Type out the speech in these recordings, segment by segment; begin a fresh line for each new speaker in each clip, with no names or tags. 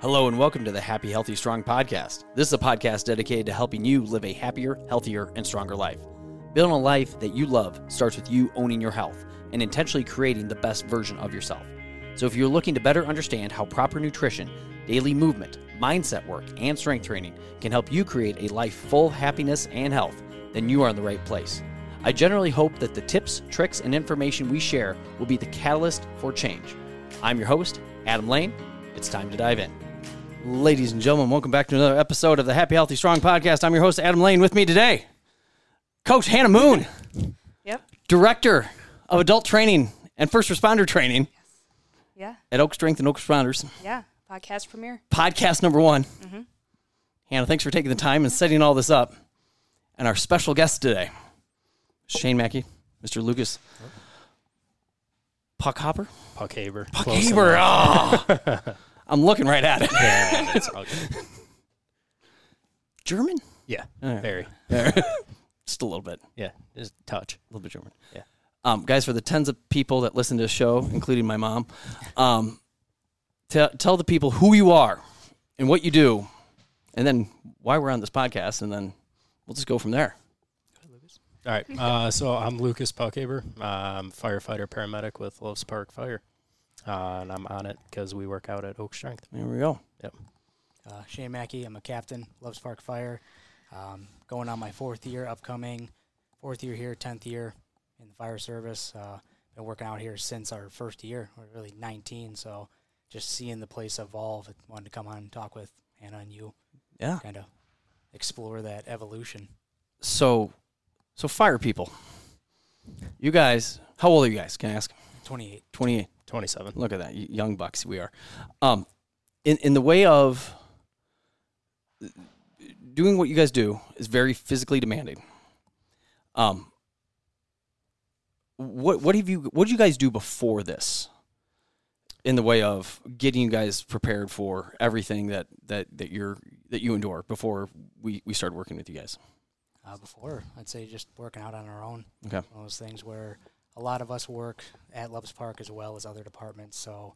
Hello and welcome to the Happy, Healthy, Strong podcast. This is a podcast dedicated to helping you live a happier, healthier, and stronger life. Building a life that you love starts with you owning your health and intentionally creating the best version of yourself. So, if you're looking to better understand how proper nutrition, daily movement, mindset work, and strength training can help you create a life full of happiness and health, then you are in the right place. I generally hope that the tips, tricks, and information we share will be the catalyst for change. I'm your host, Adam Lane. It's time to dive in. Ladies and gentlemen, welcome back to another episode of the Happy, Healthy, Strong podcast. I'm your host, Adam Lane. With me today, Coach Hannah Moon,
Yep.
Director of Adult Training and First Responder Training
Yeah.
at Oak Strength and Oak Responders,
Yeah. Podcast premiere.
podcast number one. Hannah, thanks for taking the time and setting all this up. And our special guest today, Shane Mackey, Mr. Lucas Puck Hopper.
Puck Haber.
Haber, oh. I'm looking right at it.
Yeah, that's all good.
German?
Yeah, very.
Just a little bit.
Yeah, just touch.
A little bit German.
Yeah.
Um, guys, for the tens of people that listen to the show, including my mom, um, tell tell the people who you are and what you do, and then why we're on this podcast, and then we'll just go from there.
All right. Uh, so I'm Lucas Puckhaber. I'm firefighter paramedic with Loves Park Fire, uh, and I'm on it because we work out at Oak Strength.
There we go.
Yep.
Uh, Shane Mackey, I'm a captain, Loves Park Fire. Um, going on my fourth year, upcoming fourth year here, tenth year in the fire service. Uh, been working out here since our first year, we're really 19. So just seeing the place evolve, I wanted to come on and talk with Hannah and you,
Yeah.
kind of explore that evolution.
So, so fire people. You guys, how old are you guys? Can I ask?
28.
Twenty eight.
27.
Look at that, y- young bucks we are. Um, in in the way of doing what you guys do is very physically demanding. Um, what what have you what did you guys do before this? In the way of getting you guys prepared for everything that that that you're that you endure before we we started working with you guys.
uh, before. I'd say just working out on our own.
Okay.
One of those things where a lot of us work at Loves Park as well as other departments. So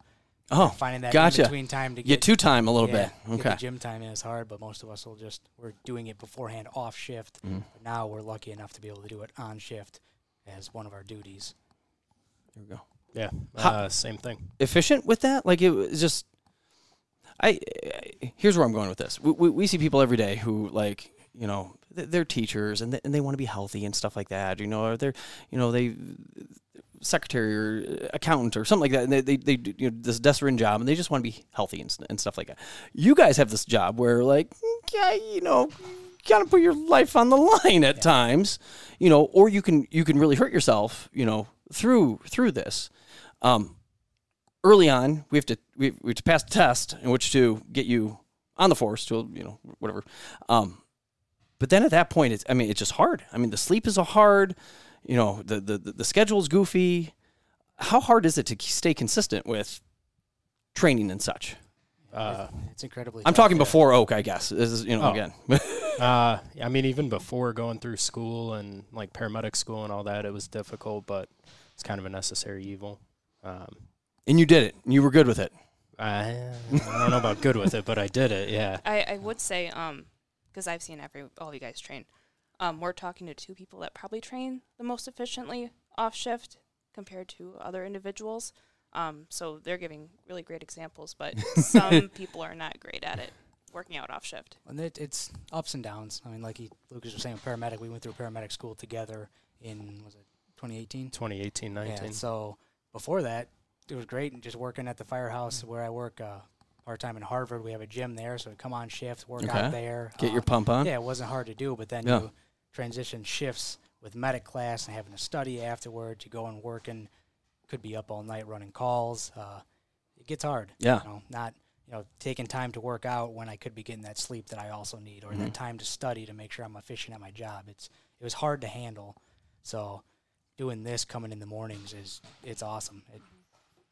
Oh,
finding that
gotcha.
in between time to
you
get
two time a little bit.
yeah, get the
Okay.
gym time in is hard, but most of us will just we're doing it beforehand off shift.
Mm-hmm.
But now we're lucky enough to be able to do it on shift as one of our duties.
There we go.
Yeah,
How-
uh, same thing.
efficient with that? Like it was just, I, I here's where I'm going with this. We, we, we see people every day who like you know th- they're teachers and they, and they want to be healthy and stuff like that. You know, or they're you know they secretary or accountant or something like that. And they they, they do, you know this desk-ridden job and they just want to be healthy and, s- and stuff like that. You guys have this job where like yeah you know kind of put your life on the line at times, you know, or you can you can really hurt yourself, you know, through through this. Um, early on, we have to we, we have to pass the test in which to get you on the force to you know whatever. Um, but then at that point, it's I mean it's just hard. I mean the sleep is a hard, you know the the the schedule's goofy. How hard is it to stay consistent with training and such?
Uh,
It's incredibly.
I'm
tough.
talking before Oak, I guess. This is you know
Oh.
again.
uh, I mean, even before going through school and like paramedic school and all that, it was difficult, but it's kind of a necessary evil. Um,
and you did it. And you were good with it.
I, I don't know about good with it, but I did it. Yeah.
I, I would say, um, because I've seen every all of you guys train. Um, we're talking to two people that probably train the most efficiently off shift compared to other individuals. Um, so they're giving really great examples, but some people are not great at it working out off shift.
And it, it's ups and downs. I mean, like he, Lucas was saying, paramedic. We went through paramedic school together in was it 2018?
2018, 19.
Yeah, so before that, it was great and just working at the firehouse where I work uh, part time in Harvard. We have a gym there, so we come on shift, work
Okay.
out there.
Get
um,
your pump on.
Yeah, it wasn't hard to do, but then
Yeah.
you transition shifts with medic class and having to study afterward to go and work and could be up all night running calls. Uh, it gets hard.
Yeah.
You know, not you know taking time to work out when I could be getting that sleep that I also need, or
Mm-hmm.
that time to study to make sure I'm efficient at my job. It's it was hard to handle. So doing this coming in the mornings is it's awesome. It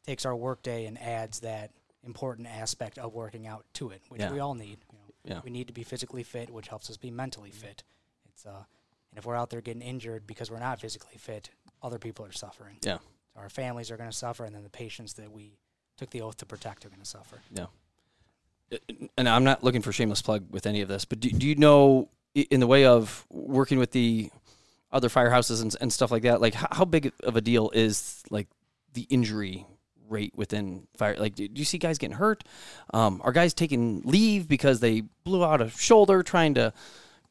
takes our work day and adds that important aspect of working out to it, which
Yeah.
we all need. You know,
Yeah.
we need to be physically fit, which helps us be mentally fit. It's uh, and if we're out there getting injured because we're not physically fit, other people are suffering.
Yeah.
Our families are going to suffer, and then the patients that we took the oath to protect are going to suffer.
and I'm not looking for shameless plug with any of this, but do, do you know i- in the way of working with the other firehouses and, and stuff like that, like how, how big of a deal is like the injury rate within fire? Like, do, do you see guys getting hurt? Um, are guys taking leave because they blew out a shoulder trying to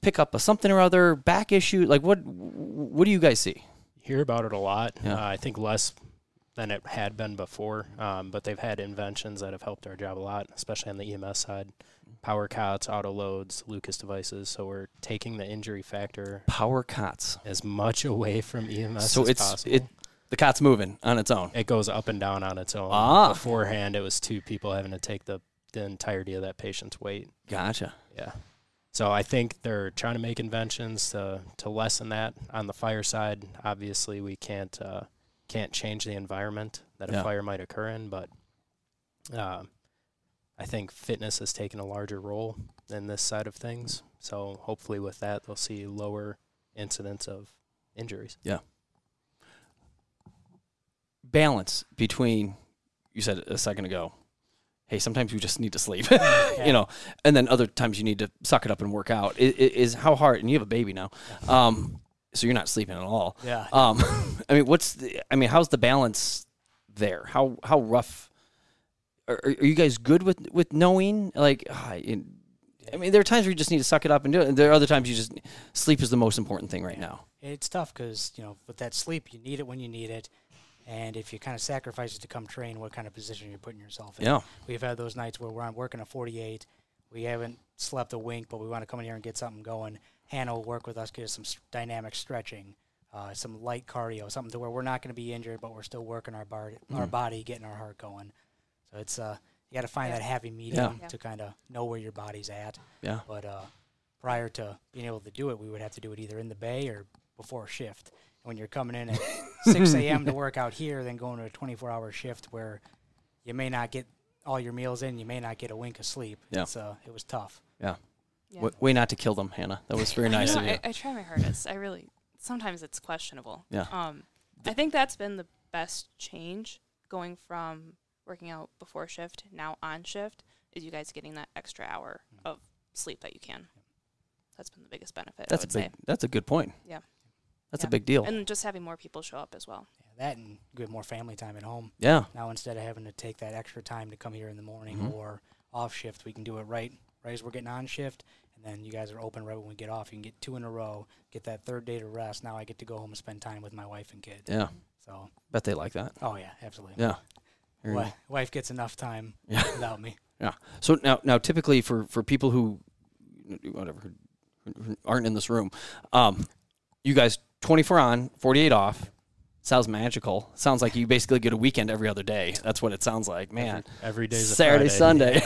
pick up a something or other back issue? Like, what what do you guys see?
hear about it a lot.
Yeah.
Uh, I think less than it had been before, um, but they've had inventions that have helped our job a lot, especially on the EMS side. Power cots, auto loads, Lucas devices. So we're taking the injury factor
Power cots.
as much away from EMS
so
as
it's
possible.
it the cot's moving on its own.
it goes up and down on its own.
Ah.
Beforehand, it was two people having to take the, the entirety of that patient's weight.
Gotcha.
Yeah. So I think they're trying to make inventions to to lessen that on the fire side. Obviously, we can't uh, can't change the environment that
Yeah.
a fire might occur in, but um, I think fitness has taken a larger role in this side of things. So hopefully, with that, they'll see lower incidence of injuries.
balance between you said a second ago hey sometimes you just need to sleep
Yeah.
you know and then other times you need to suck it up and work out is, is how hard and you have a baby now um, so you're not sleeping at all
Yeah.
um, i mean what's the i mean how's the balance there how how rough are, are you guys good with with knowing like ah, it, i mean there are times where you just need to suck it up and do it and there are other times you just sleep is the most important thing right now
It's tough because, you know, with that sleep, you need it when you need it. And if you kind of sacrifice it to come train, what kind of position you're putting yourself in?
yeah
We've had those nights where we're on working a 48. We haven't slept a wink, but we want to come in here and get something going. Hannah will work with us, get us some s- dynamic stretching, uh, some light cardio, something to where we're not going to be injured, but we're still working our bar- our body, getting our heart going. So it's uh, you got to find
Yeah.
that happy medium
Yeah.
Yeah.
to kind of know where your body's at.
yeah
But uh, prior to being able to do it, we would have to do it either in the bay or before shift. And when you're coming in at 6 a.m. to work out here, then going to a 24 hour shift where you may not get all your meals in, you may not get a wink of sleep.
Yeah.
It's, uh, it was tough.
yeah
Yeah.
W- way not to kill them hannah that was very nice
I,
of
know,
you
I, I try my hardest. I really sometimes it's questionable.
Yeah.
Um, I think that's been the best change going from working out before shift now on shift is you guys getting that extra hour
Mm.
of sleep that you can. That's been the biggest benefit.
That's a
I would
big.
say.
That's a good point.
Yeah.
that's
Yeah.
a big deal.
And just having more people show up as well.
Yeah, that and you have more family time at home.
yeah,
Now, instead of having to take that extra time to come here in the morning
Mhm.
or off shift, we can do it right, right as we're getting on shift. And then you guys are open right when we get off. You can get two in a row, get that third day to rest. Now I get to go home and spend time with my wife and kid.
yeah.
So,
Bet they like that.
oh, yeah, absolutely.
Yeah. Very
Wi
nice.
wife gets enough time
Yeah.
without me.
Yeah. So now, now typically for for people who, whatever, who, who aren't in this room, um, you guys twenty four on, forty eight off. Sounds magical. Sounds like you basically get a weekend every other day. That's what it sounds like, man.
Every day's a
Saturday,
Friday.
Sunday.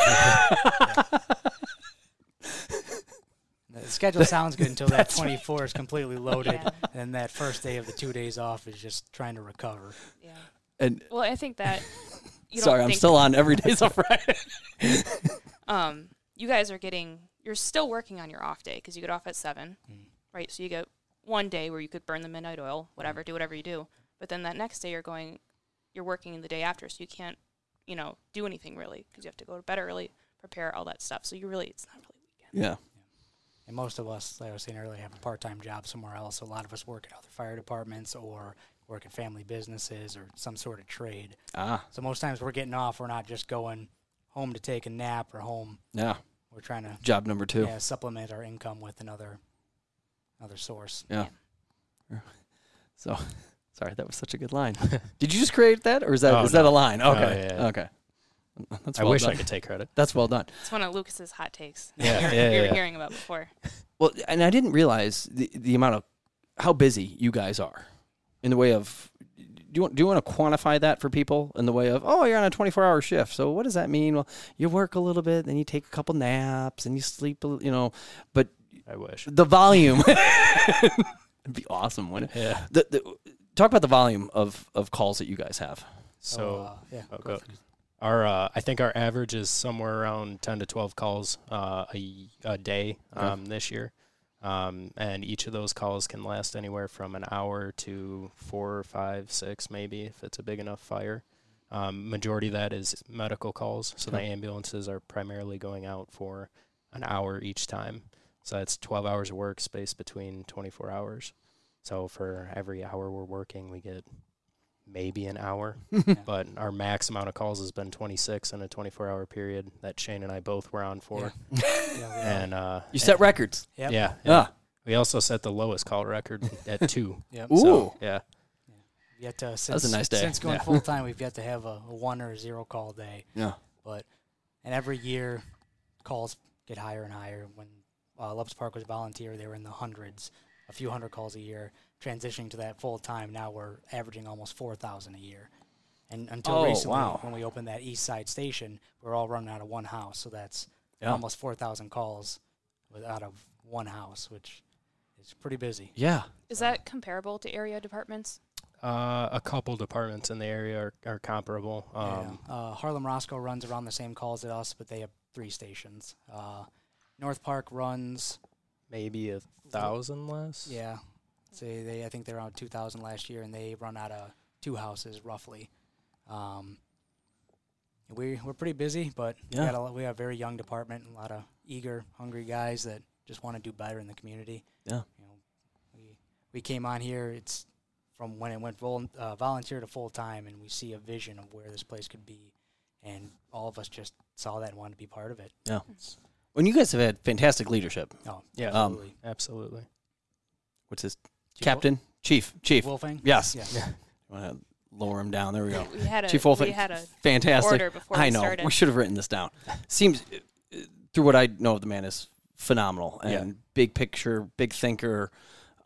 The schedule sounds good until that
That's
24 is completely loaded,
Yeah.
and then that first day of the two days off is just trying to recover.
Yeah.
and
Well, I think that. You
sorry,
don't
I'm
think
still on every day's a Friday.
um, you guys are getting you're still working on your off day because you get off at seven
Mm.
right so you get one day where you could burn the midnight oil whatever do whatever you do but then that next day you're going you're working the day after so you can't you know do anything really because you have to go to bed early prepare all that stuff so you really it's not really weekend
Yeah.
And most of us, like I was saying earlier, have a part-time job somewhere else. A lot of us work at other fire departments or work at family businesses or some sort of trade.
Ah.
So most times we're getting off. We're not just going home to take a nap or home.
Yeah.
We're trying to
Job number two.
yeah, supplement our income with another another source.
So, sorry, that was such a good line. Did you just create that, or is that is
Oh,
that a
no.
line?
No,
Okay,
yeah, yeah.
okay. That's
I
well
wish
done.
I could take credit.
That's well done.
it's one of lucas's hot takes
Yeah,
you're,
yeah,
you're
yeah.
hearing about before
Well, and I didn't realize the, the amount of how busy you guys are in the way of. Do you want do you want to quantify that for people in the way of oh you're on a 24 hour shift so what does that mean? Well, you work a little bit, then you take a couple naps, and you sleep. a li- You know, but
I wish.
the volume. It'd be awesome, wouldn't it?
Yeah.
The, the, talk about the volume of, of calls that you guys have.
So
uh, yeah,
Oh,
go
go.
for it.
Our uh, I think our average is somewhere around ten to twelve calls uh, a, y- a day
Okay.
um, this year, um, and each of those calls can last anywhere from an hour to four, five, six, maybe if it's a big enough fire. Um, majority of that is medical calls, so the ambulances are primarily going out for an hour each time. So that's 12 hours of work spaced between 24 hours. So for every hour we're working, we get maybe an hour, but our max amount of calls has been 26 in a 24 hour period that Shane and I both were on for.
Yeah,
And uh,
You set records.
we- yep.
yeah, yeah.
Ah,
We also set the lowest call record at two.
Yep.
Ooh.
So, yeah.
Yet to, since,
was a nice day.
Since going
Yeah.
full time, we've yet to have a, a one or a zero call day.
Yeah.
But and every year, calls get higher and higher. When uh, Loves Park was volunteer, they were in the hundreds, a few hundred calls a year. Transitioning to that full time, now we're averaging almost four thousand a year. And until
Oh,
recently,
wow.
when we opened that East Side station, we are all running out of one house. So that's
Yeah.
almost four thousand calls with- out of one house, which is pretty busy.
yeah.
Is that comparable to area departments?
Uh, a couple departments in the area are, are comparable.
Yeah.
Um,
Uh, Harlem Roscoe runs around the same calls as us, but they have three stations. Uh, North Park runs,
Maybe a thousand less.
yeah. Say they, I think they're around 2,000 last year, and they run out of two houses roughly. Um, we we're pretty busy, but we
Yeah.
got a lot, we have a very young department, and a lot of eager, hungry guys that just want to do better in the community.
Yeah.
You know, we we came on here. It's from when it went vol- uh, volunteer to full time, and we see a vision of where this place could be, and all of us just saw that and wanted to be part of it.
And you guys have had fantastic leadership.
Oh,
Yeah.
Um,
absolutely.
Absolutely.
What's his
Chief
captain? Chief. Chief.
Wolf- Wolfang.
yes.
Yeah.
Wanna lower him down. There we go.
We had a
Chief Wolfing.
we had a
Fantastic.
order before
I
we
know.
started.
We should have written this down. Seems uh, uh, through what I know of the man is phenomenal and
Yeah.
big picture, big thinker.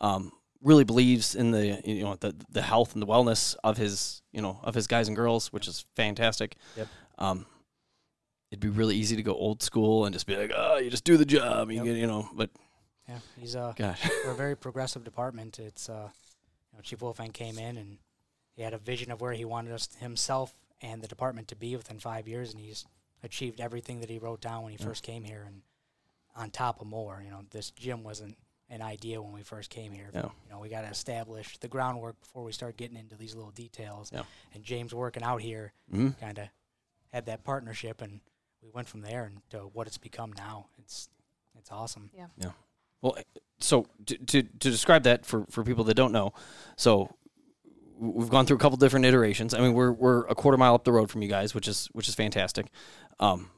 Um, really believes in the you know the the health and the wellness of his you know of his guys and girls, which is fantastic.
Yep.
Um, it'd be really easy to go old school and just be like, oh, you just do the job, you
Yep.
get you know. But
Yeah, he's uh,
gosh,
we're a very progressive department. It's uh, you know, Chief Wolfang came in and he had a vision of where he wanted us himself and the department to be within five years, and he's achieved everything that he wrote down when he
Yeah.
first came here, and on top of more. You know, this gym wasn't an idea when we first came here.
Yeah.
You know, we got to establish the groundwork before we start getting into these little details.
Yeah.
And James working out here
Mhm.
kind of had that partnership, and we went from there and to what it's become now. It's it's awesome.
Well, so to, to, to describe that for, for people that don't know, so we've gone through a couple different iterations. I mean, we're, we're a quarter mile up the road from you guys, which is which is fantastic. Um,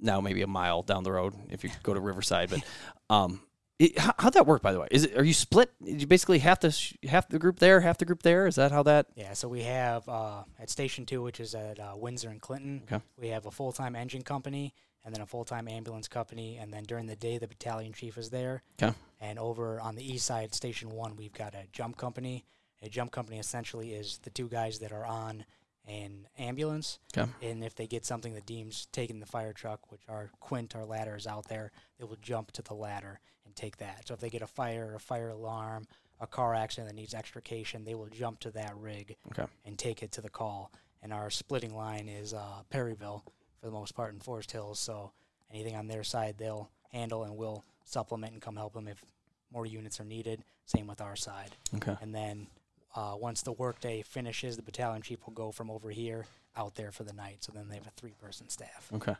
now maybe a mile down the road if you go to Riverside, but um, it, how, how'd that work by the way? Is it are you split? Did you basically half the sh- half the group there, half the group there? Is that how that?
Yeah, so we have uh, at Station 2, which is at uh, Windsor and Clinton,
Okay.
we have a full time engine company and then a full time ambulance company. And then during the day, the battalion chief is there.
'Kay.
And over on the east side, Station 1, we've got a jump company. A jump company essentially is the two guys that are on an ambulance.
'Kay.
And if they get something that deems taking the fire truck, which our quint, our ladder is out there, they will jump to the ladder and take that. So if they get a fire, a fire alarm, a car accident that needs extrication, they will jump to that rig
Okay.
and take it to the call. And our splitting line is uh, Perryville for the most part in Forest Hills. So anything on their side, they'll handle and we'll supplement and come help them if more units are needed. Same with our side.
Okay.
And then uh, once the workday finishes, the battalion chief will go from over here out there for the night. So then they have a three person staff.
Okay.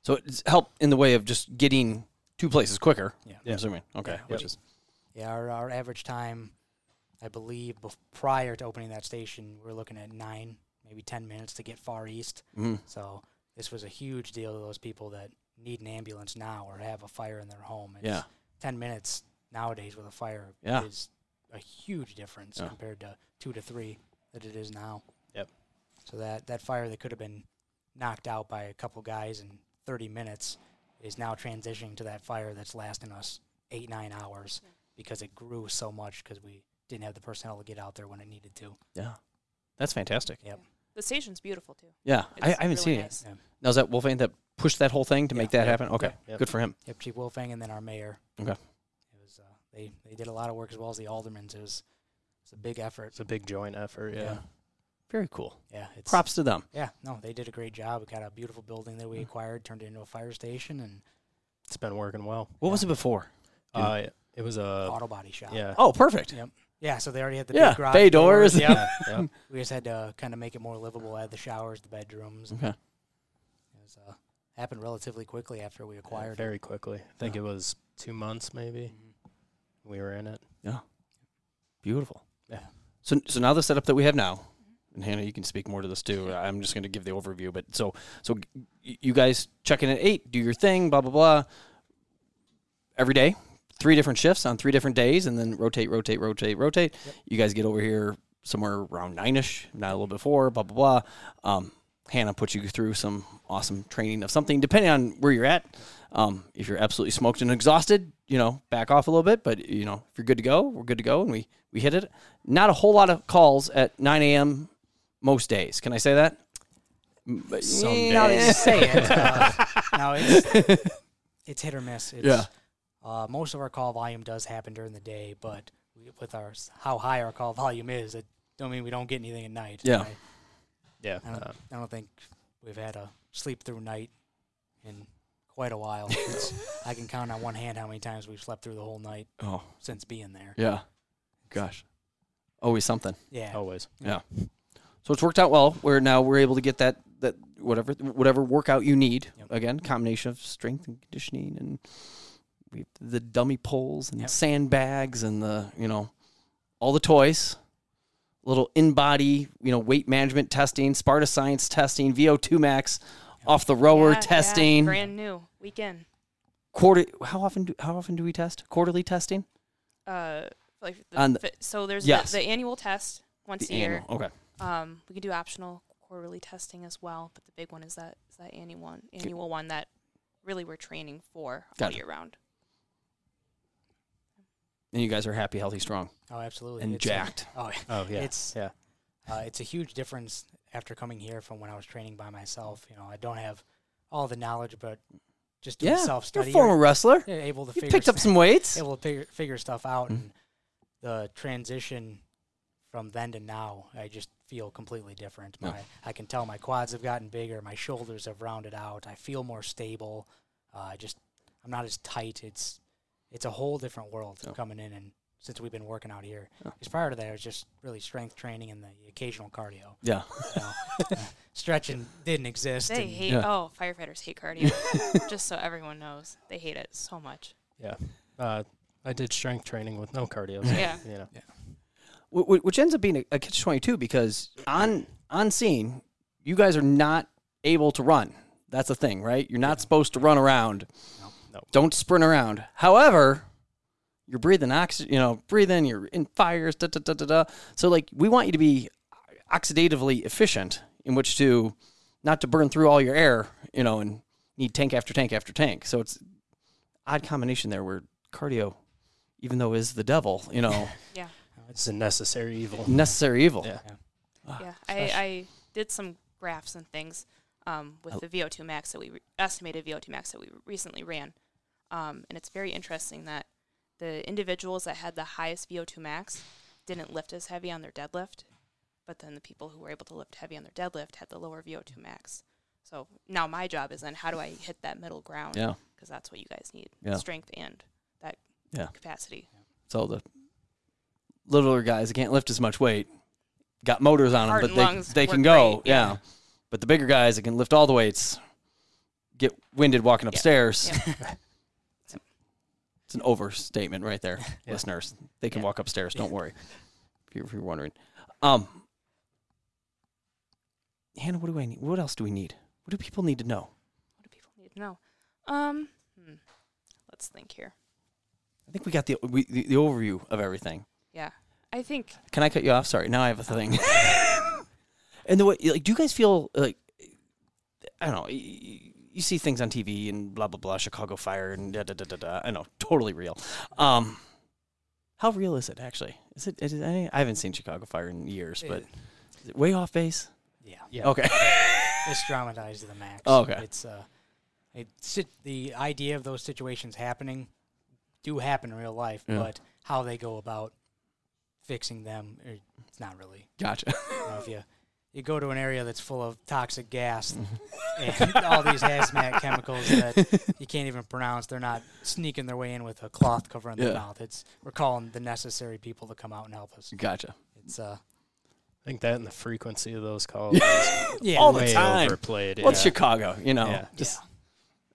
So it's helped in the way of just getting two places quicker.
Yeah.
I'm assuming. Okay.
Yeah.
Which
Yep.
is
Yeah, our, our average time, I believe, bef- prior to opening that station, we were looking at nine, maybe 10 minutes to get far east.
mm,
So this was a huge deal to those people that need an ambulance now or have a fire in their home. It's
yeah.
10 minutes nowadays with a fire
Yeah.
is a huge difference
Yeah.
compared to two to three that it is now.
Yep.
So that, that fire that could have been knocked out by a couple guys in 30 minutes is now transitioning to that fire that's lasting us eight, nine hours because it grew so much because we didn't have the personnel to get out there when it needed to.
Yeah. That's fantastic.
The station's beautiful too.
Yeah. I, I
It's
haven't
really
seen it.
nice.
Now is that Wolfang that pushed that whole thing to make
Yeah.
that happen? Okay,
Yep. Yep.
good for him.
Yep, Chief Wolfang, and then our mayor.
Okay.
It was uh, they they did a lot of work as well as the aldermans. It was it's a big effort.
It's a big joint effort. Yeah.
Yeah.
Very cool.
Yeah, it's
Props to them.
Yeah, no, they did a great job. We got a beautiful building that we
Mm.
acquired, turned it into a fire station and
It's been working well.
What
Yeah.
was it before?
Uh, it was a
auto body shop.
yeah.
Oh, perfect.
Yep. Yeah, so they already had the
Yeah,
big garage
bay doors.
Yep.
Yeah, yeah.
we just had to kind of make it more livable. Add the showers, the bedrooms. It
Okay.
was, uh, happened relatively quickly after we acquired it.
very quickly. I think it was two months maybe we were in it.
Beautiful.
Yeah.
So so now the setup that we have now, and Hannah, you can speak more to this too. I'm just going to give the overview, but so so y- you guys check in at eight, do your thing, blah blah blah. Every day, three different shifts on three different days, and then rotate, rotate, rotate, rotate. You guys get over here somewhere around nine ish, not a little before, blah blah blah. Um, Hannah puts you through some awesome training of something, depending on where you're at. Um, if you're absolutely smoked and exhausted, you know, back off a little bit. But you know, if you're good to go, we're good to go, and we we hit it. Not a whole lot of calls at 9 a.m. most days. Can I say that? M- but- eh,
Some
Now that
days.
you say it, uh, now it's it's hit or miss. It's,
Yeah.
Uh, most of our call volume does happen during the day, but we, with our s- how high our call volume is, it don't mean we don't get anything at night.
Yeah.
I,
Yeah.
I don't,
uh,
I don't think we've had a sleep through night in quite a while. It's- I can count on one hand how many times we've slept through the whole night
Oh
since being there.
yeah, gosh, always something.
Yeah.
always.
So it's worked out well. Where now we're able to get that that whatever whatever workout you need.
Yep.
Again, combination of strength and conditioning, and we have the dummy poles and
Yep.
sandbags and the you know all the toys, little in body you know weight management testing, Sparta Science testing, VO two max, off the rower
Yeah, yeah,
testing.
brand new weekend.
quarter how often do how often do we test quarterly testing
Uh, like the,
On the-
fi- so there's
Yes.
the, the annual test once a year.
annual okay
Um, we can do optional quarterly testing as well, but the big one is that is that annual one, annual one that really we're training for all
Gotcha.
year round.
and you guys are happy healthy strong
Oh, absolutely.
and
uh,
jacked
oh,
Oh yeah.
It's
yeah.
Uh, it's a huge difference after coming here from when I was training by myself. You know, I don't have all the knowledge, but just doing
yeah
self
you're
study,
a former wrestler
able to
you
figure
picked up
st-
some weights
able to figure, figure stuff out,
Mm-hmm.
and the transition from then to now, I just feel completely different.
Yeah.
My, I can tell my quads have gotten bigger, my shoulders have rounded out, I feel more stable. Uh, I just, I'm not as tight. It's, it's a whole different world
Yeah.
coming in, and since we've been working out here,
Yeah.
because prior to that, it was just really strength training and the occasional cardio
yeah
you know, uh, stretching didn't exist.
They
and
hate
Yeah.
oh firefighters hate cardio. just so everyone knows, they hate it so much.
Uh, I did strength training with no cardio. so,
Yeah.
You know.
Wh- wh- which ends up being a, a catch 22 because on on scene you guys are not able to run that's the thing right you're not supposed to run around
No.
No.
don't sprint around however you're breathing oxygen you know breathing you're in fires da da da da da so like we want you to be oxidatively efficient in which to not to burn through all your air you know and need tank after tank after tank so it's odd combination there where cardio even though is the devil you know
Yeah,
It's a necessary evil.
necessary evil
Yeah.
yeah. I, I did some graphs and things um,
Oh.
with the VO2 max that we re- estimated VO2 max that we recently ran, um, and it's very interesting that the individuals that had the highest VO2 max didn't lift as heavy on their deadlift, but then the people who were able to lift heavy on their deadlift had the lower VO2 max. So now my job is then how do I hit that middle ground?
yeah
Because that's what you guys need:
Yeah.
strength and that
Yeah.
capacity.
So the littler guys that can't lift as much weight got motors on them,
Heart
but
and lungs
they, they can
work
go.
great,
yeah.
yeah.
But the bigger guys that can lift all the weights get winded walking upstairs. it's an overstatement right there,
Yeah.
listeners. They can
Yeah.
walk upstairs. Don't worry if you're, if you're wondering. Um, Hannah, what do I need? What else do we need? What do people need to know?
What do people need to know? Um, hmm. let's think here.
I think we got the we, the, the overview of everything.
Yeah, I think
Can I cut you off? Sorry. Now I have a thing. and the way, like, do you guys feel like I don't know? You, you see things on TV and blah blah blah, Chicago Fire and da da da da da. I know, totally real. Um, how real is it actually? Is it? Is it any, I haven't seen Chicago Fire in years, but is it way off base.
yeah,
Yeah.
Okay.
it's dramatized to the max.
Oh, okay.
it's uh, it's it- the idea of those situations happening do happen in real life,
Yeah.
but how they go about fixing them, er, it's not really.
Gotcha.
You know, if you you go to an area that's full of toxic gas and all these hazmat chemicals that you can't even pronounce. They're not sneaking their way in with a cloth covering
Yeah.
their mouth. It's we're calling the necessary people to come out and help us.
Gotcha.
It's uh
I think that and the frequency of those calls.
yeah,
All the
way
time.
Overplayed.
Well, it's
yeah.
Chicago, you know.
Yeah.
Just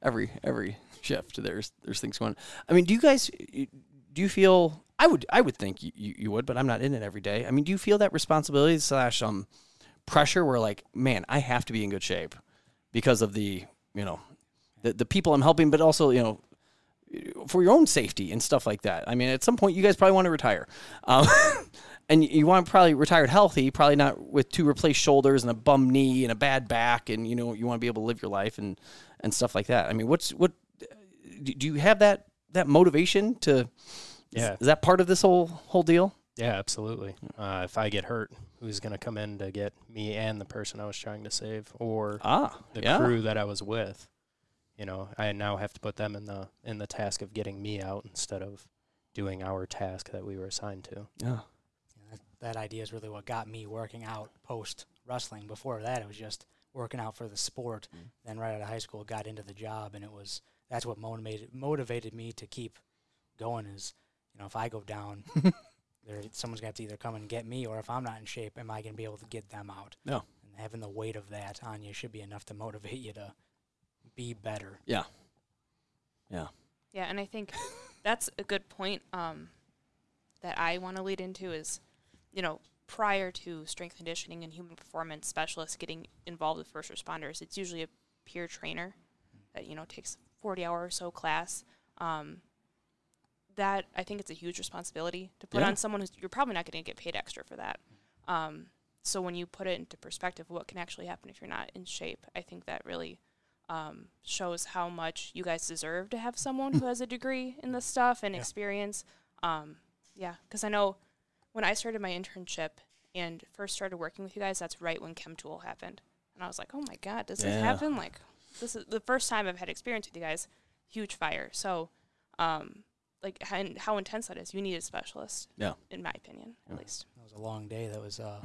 every every shift there's there's things going. I mean, do you guys do you feel I would I would think you, you you would, but I'm not in it every day. I mean, do you feel that responsibility slash um pressure where like, man, I have to be in good shape because of the, you know, the the people I'm helping, but also, you know, for your own safety and stuff like that. I mean, at some point, you guys probably want to retire. Um, and you want to probably retired healthy, probably not with two replaced shoulders and a bum knee and a bad back. And, you know, you want to be able to live your life and, and stuff like that. I mean, what's, what, do do you have that, that motivation to,
Yeah.
is that part of this whole, whole deal?
Yeah, absolutely.
Hmm.
Uh, if I get hurt, who's going to come in to get me and the person I was trying to save, or
Ah,
the
yeah.
crew that I was with? You know, I now have to put them in the in the task of getting me out instead of doing our task that we were assigned to.
Yeah.
that, that idea is really what got me working out post wrestling. Before that, it was just working out for the sport. Then right out of high school, got into the job, and it was that's what motivated motivated me to keep going. Is you know if I go down, there someone's gonna have to either come and get me, or if I'm not in shape, am I gonna be able to get them out?
No.
And having the weight of that on you should be enough to motivate you to be better.
Yeah, and I think that's a good point um, that I want to lead into is, you know, prior to strength conditioning and human performance specialists getting involved with first responders, it's usually a peer trainer that you know takes a forty hour or so class. Um, that I think it's a huge responsibility to put
Yeah.
on someone who's you're probably not going to get paid extra for that. Um, so when you put it into perspective, what can actually happen if you're not in shape? I think that really um, shows how much you guys deserve to have someone who has a degree in this stuff and
Yeah.
experience. Um, yeah, because I know when I started my internship and first started working with you guys, that's right when ChemTool happened, and I was like, oh my god, does
Yeah.
this happen? Like, this is the first time I've had experience with you guys. Huge fire. So, um, like, h- and how intense that is. You need a specialist.
Yeah.
in my opinion, at least.
That was a long day. That was uh,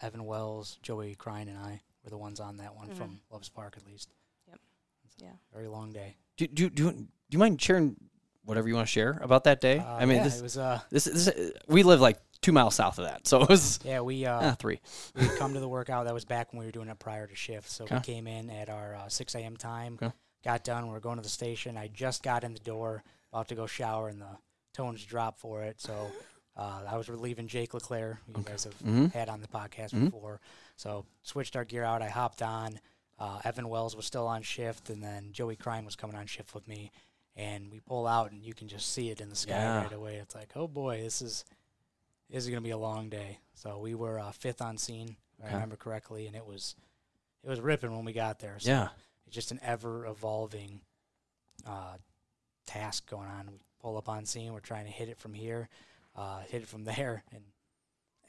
Evan Wells, Joey Crine, and I were the ones on that one
Mhm.
from Love's Park, at least.
Yep.
It's a
Yeah.
Very long day.
Do, do, do, do you mind sharing whatever you want to share about that day?
Uh,
I mean,
yeah,
this,
it was. Uh,
this, this, we live like two miles south of that. So it was
yeah, we uh,
ah, three.
we come to the workout. That was back when we were doing it prior to shift. So we
Okay.
came in at our uh, 6 a.m. time,
Okay.
got done. We were going to the station. I just got in the door, about to go shower, and the tones dropped for it. So uh, I was relieving Jake LeClaire, who you guys have
Mhm.
had on the podcast
Mhm.
before. So switched our gear out. I hopped on. Uh, Evan Wells was still on shift, and then Joey Crime was coming on shift with me. And we pull out, and you can just see it in the sky
Yeah.
right away. It's like, oh boy, this is this is going to be a long day. So we were uh, fifth on scene, if I
Okay.
remember correctly, and it was it was ripping when we got there. So
Yeah.
it's just an ever evolving uh, task going on. We pull up on scene, we're trying to hit it from here, uh, hit it from there, and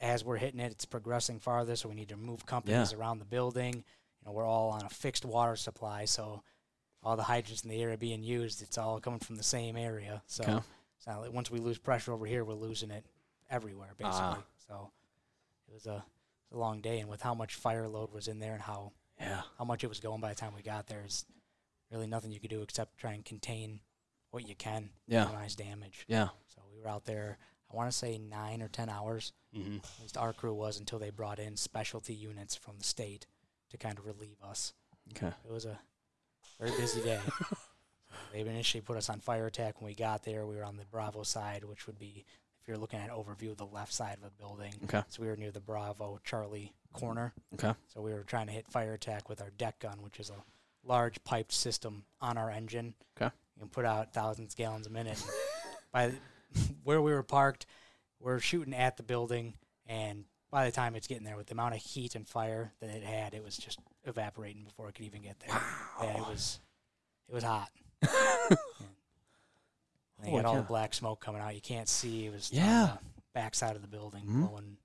as we're hitting it, it's progressing farther. So we need to move companies around the building. You know, we're all on a fixed water supply, so all the hydrants in the area being used, it's all coming from the same area. So
Okay.
it's not like once we lose pressure over here, we're losing it everywhere basically.
Ah.
So it was a, a long day, and with how much fire load was in there and how
Yeah.
how much it was going by the time we got there is really nothing you could do except try and contain what you can,
Yeah.
minimize damage.
Yeah.
So we were out there, I want to say nine or 10 hours,
Hmm.
Mm-hmm.
at least our crew was, until they brought in specialty units from the state to kind of relieve us.
Okay.
It was a very busy day. they initially put us on fire attack when we got there. We were on the Bravo side, which would be, if you're looking at an overview, the left side of a building.
Okay.
So we were near the Bravo Charlie corner.
Okay.
So we were trying to hit fire attack with our deck gun, which is a large piped system on our engine.
'Kay.
You can put out thousands of gallons a minute. by the, where we were parked, we're shooting at the building, and by the time it's getting there, with the amount of heat and fire that it had, it was just evaporating before it could even get there. Yeah,
Oh.
it was, it was hot. And they
Holy
had all
cow.
the black smoke coming out. You can't see. It was
Yeah.
on the backside of the building,
Mhm.
blowing.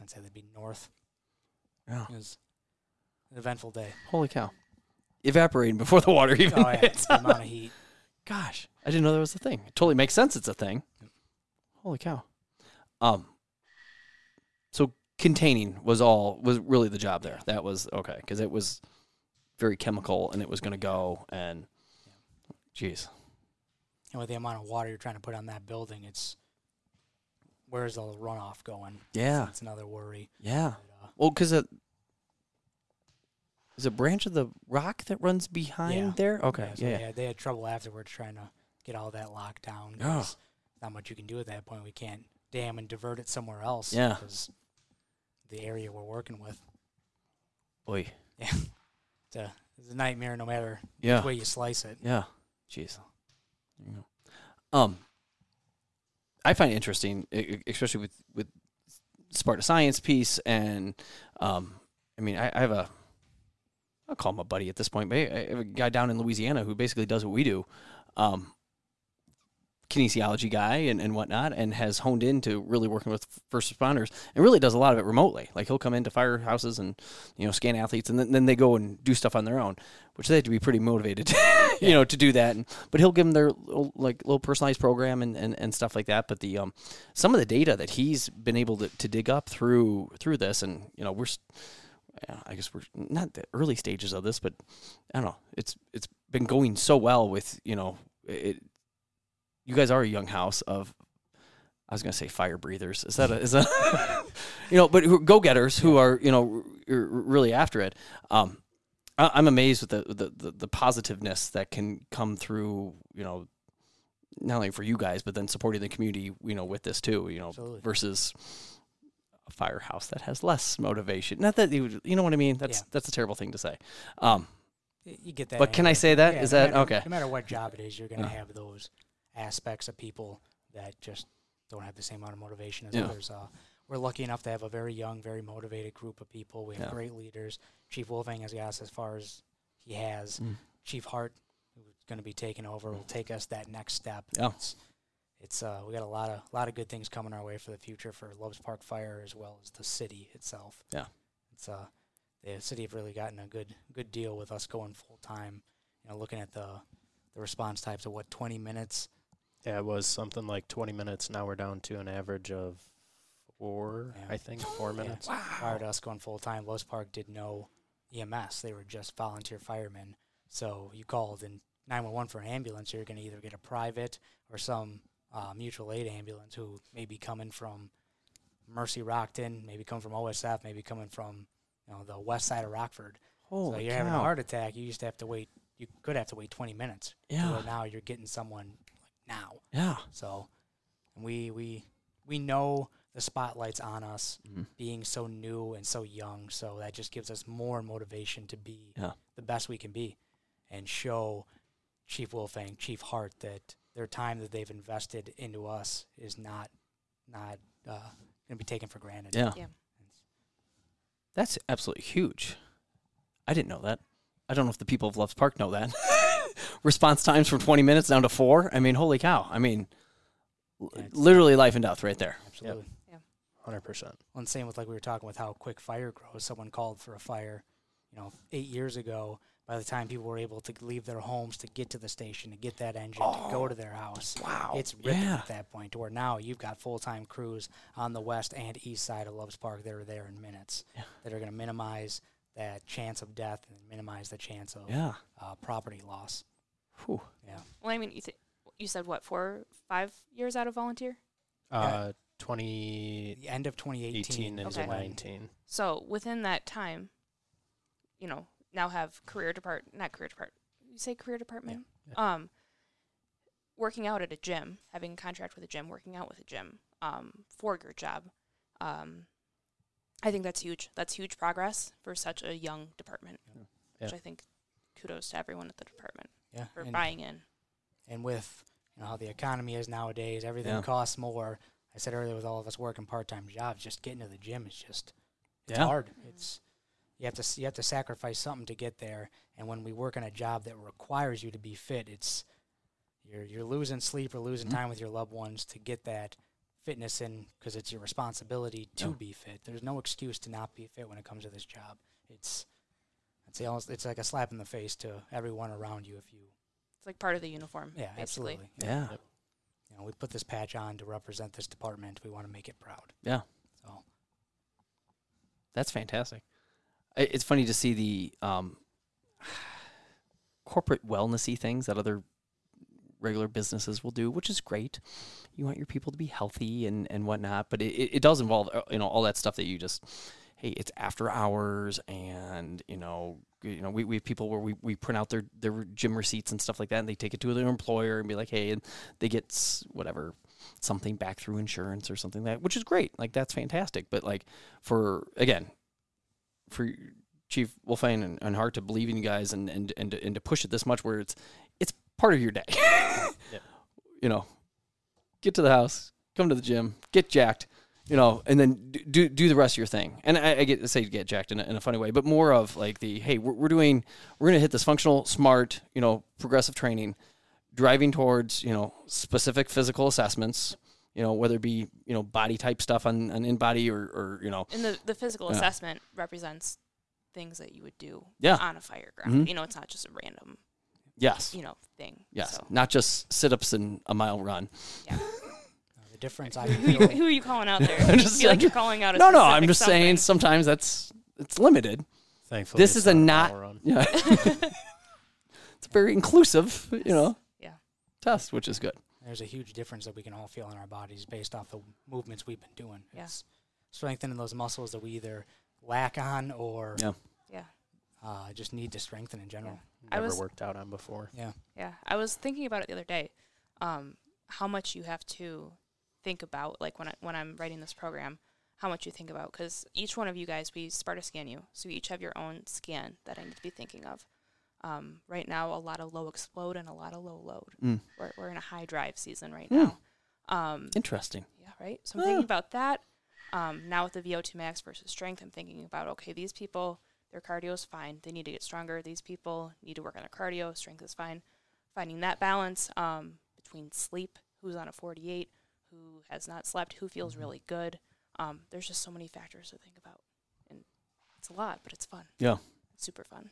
I'd say that'd be north.
Yeah.
It was an eventful day.
Holy cow. Evaporating before the water even
Oh yeah,
hits.
the amount of heat.
Gosh, I didn't know that was a thing. It totally makes sense it's a thing. Holy cow. Um so containing was all was really the job there. That was okay because it was very chemical and it was going to go and jeez.
And with the amount of water you're trying to put on that building, it's where's the runoff going?
Yeah.
That's another worry.
Yeah.
But, uh,
Well, because it is a branch of the rock that runs behind
Yeah.
there. Okay.
so
Yeah.
they
yeah.
had- They had trouble afterwards trying to get all that locked down.
Yeah.
'cause Not much you can do at that point. We can't dam and divert it somewhere else.
Yeah.
Because the area we're working with,
Oy.
it's a, it's a nightmare no matter
Yeah.
which way you slice it.
Yeah. Jeez. There you go. Um, I find it interesting, e- e- especially with with Sparta Science piece, and um, I mean, I, I have a. I'll call him a buddy at this point, but I I have a guy down in Louisiana who basically does what we do, um, kinesiology guy and, and whatnot, and has honed into really working with first responders and really does a lot of it remotely. Like he'll come into firehouses and, you know, scan athletes and then, then they go and do stuff on their own, which they have to be pretty motivated you know, to do that. And, but he'll give them their little, like little personalized program and, and, and stuff like that. But the um, some of the data that he's been able to, to dig up through through this, and you know, we're s- yeah, I guess we're not the early stages of this, but I don't know. It's it's been going so well with you know it. You guys are a young house of. I was gonna say fire breathers. Is that a, is that you know? But who go getters who are you know r- r- really after it. Um, I- I'm amazed with the, the the the positiveness that can come through. You know, not only for you guys, but then supporting the community. You know, with this too. You know,
Absolutely.
versus a firehouse that has less motivation. Not that you you know what I mean. That's
Yeah.
that's a terrible thing to say. Um,
Y- You get that.
but can I
anyway.
say that? Is
Yeah, no
that
matter-
okay?
No matter what job it is, you're going to
Yeah.
have those aspects of people that just don't have the same amount of motivation as
Yeah.
others. Uh, we're lucky enough to have a very young, very motivated group of people. We have
Yeah.
great leaders. Chief Wolfang has got us as far as he has.
Mm.
Chief Hart, who's going to be taking over, will take us that next step.
Yeah.
It's, it's uh, we got a lot of lot of good things coming our way for the future for Loves Park Fire as well as the city itself.
Yeah.
it's uh, the city have really gotten a good good deal with us going full time. You know, looking at the the response types of what twenty minutes.
Yeah, it was something like 20 minutes. Now we're down to an average of four,
Yeah.
I think, four
Yeah.
minutes.
Prior to us going full time, Los Park did no EMS. They were just volunteer firemen. So you called in 911 for an ambulance, you're going to either get a private or some uh, mutual aid ambulance who may be coming from Mercy Rockton, maybe come from OSF, maybe coming from you know the west side of Rockford. so
Holy
you're having a
cow.
heart attack. You used to have to wait. You could have to wait 20 minutes. to
Yeah.
where now you're getting someone like now.
Yeah.
So and we we we know the spotlight's on us
Mhm.
being so new and so young. So that just gives us more motivation to be
Yeah.
the best we can be and show Chief Wolfang, Chief Hart that their time that they've invested into us is not not uh, going to be taken for granted.
Yeah.
Yeah.
That's absolutely huge. I didn't know that. I don't know if the people of Loves Park know that. Response times from 20 minutes down to four. I mean, holy cow. I mean, l-
Yeah, it's-
literally life and death right there.
Absolutely.
100%.
Well, and same with like we were talking with how quick fire grows. Someone called for a fire, you know, eight years ago. By the time people were able to leave their homes to get to the station, to get that engine, to go to their house,
Wow.
it's ripping
Oh, Yeah.
at that point. To where now you've got full time crews on the west and east side of Loves Park that are there in minutes,
Yeah.
that are going to minimize that chance of death and minimize the chance of
Yeah.
uh, property loss.
Whew.
Yeah,
Well, I mean, you, th- you said what four, five years out of volunteer.
Uh, 2018
the end of 2018
into
Okay.
19.
So within that time, you know, now have career depart not career depart. You say career department. Um, working out at a gym, having a contract with a gym, working out with a gym, um, for your job. Um, I think that's huge. That's huge progress for such a young department. Which
Yeah.
I think kudos to everyone at the department
Yeah,
for
and-
buying in.
and with you know, how the economy is nowadays, everything
Yeah.
costs more. I said earlier, with all of us working part-time jobs, just getting to the gym is just it's
Yeah.
hard. It's you have to s- you have to sacrifice something to get there. And when we work on a job that requires you to be fit, it's you're you're losing sleep or losing
Mhm.
time with your loved ones to get that fitness in because it's your responsibility to
Yeah.
be fit. There's no excuse to not be fit when it comes to this job. It's it's almost, it's like a slap in the face to everyone around you if you
It's like part of the uniform.
yeah
basically.
absolutely
Yeah.
you know, we put this patch on to represent this department. We want to make it proud.
Yeah.
So
That's fantastic. I- It's funny to see the um, corporate wellnessy things that other regular businesses will do, which is great. You want your people to be healthy and, and whatnot, but it, it it does involve uh, you know all that stuff that you just hey, it's after hours and you know g- you know we, we have people where we, we print out their their gym receipts and stuff like that and they take it to their employer and be like hey and they get s- whatever something back through insurance or something like that which is great like that's fantastic but like for again for Chief Wolfane and, and Hart to believe in you guys and and and to, and to push it this much where it's it's part of your day. You know, get to the house, come to the gym, get jacked, you know, and then d- do do the rest of your thing. And I, I get to say get jacked in a, in a funny way, but more of like the hey, we're, we're doing we're gonna hit this functional, smart, you know, progressive training, driving towards you know specific physical assessments. You know, whether it be you know body type stuff on, on in body or, or you know
And the, the physical
Yeah.
assessment represents things that you would do
Yeah.
on a fire ground.
Mhm.
You know, it's not just a random,
yes
you know, thing.
Yes,
So,
not just sit ups and a mile run.
The difference I
who, you,
feel
who are you calling out there?
I'm
You
just
feel like
saying-
you're calling out a
No, no,
specific
I'm just saying
something.
sometimes that's it's limited.
Thankfully,
This is
it's
a not-
mile run.
Yeah, it's a very inclusive, you know,
Yeah.
test, which is good.
there's a huge difference that we can all feel in our bodies based off the movements we've been doing.
Yeah.
It's strengthening those muscles that we either lack on or
Yeah.
Yeah.
uh, just need to strengthen in general.
I
Never
was-
worked out on before.
Yeah.
Yeah, I was thinking about it the other day. Um, how much you have to think about, like when I, when I'm writing this program, how much you think about, because each one of you guys, we Sparta scan you, so you each have your own scan that I need to be thinking of. Um, right now, a lot of low explode and a lot of low load.
Mm.
We're, we're in a high drive season right
Hmm.
now. Um,
Interesting.
yeah, right. So I'm thinking
Yeah.
about that. Um, now with the VO2 max versus strength, I'm thinking about okay, these people, their cardio is fine. They need to get stronger. These people need to work on their cardio. Strength is fine. Finding that balance um, between sleep, who's on a 48, who has not slept, who feels really good. Um, there's just so many factors to think about, and it's a lot, but it's fun.
Yeah.
It's super fun.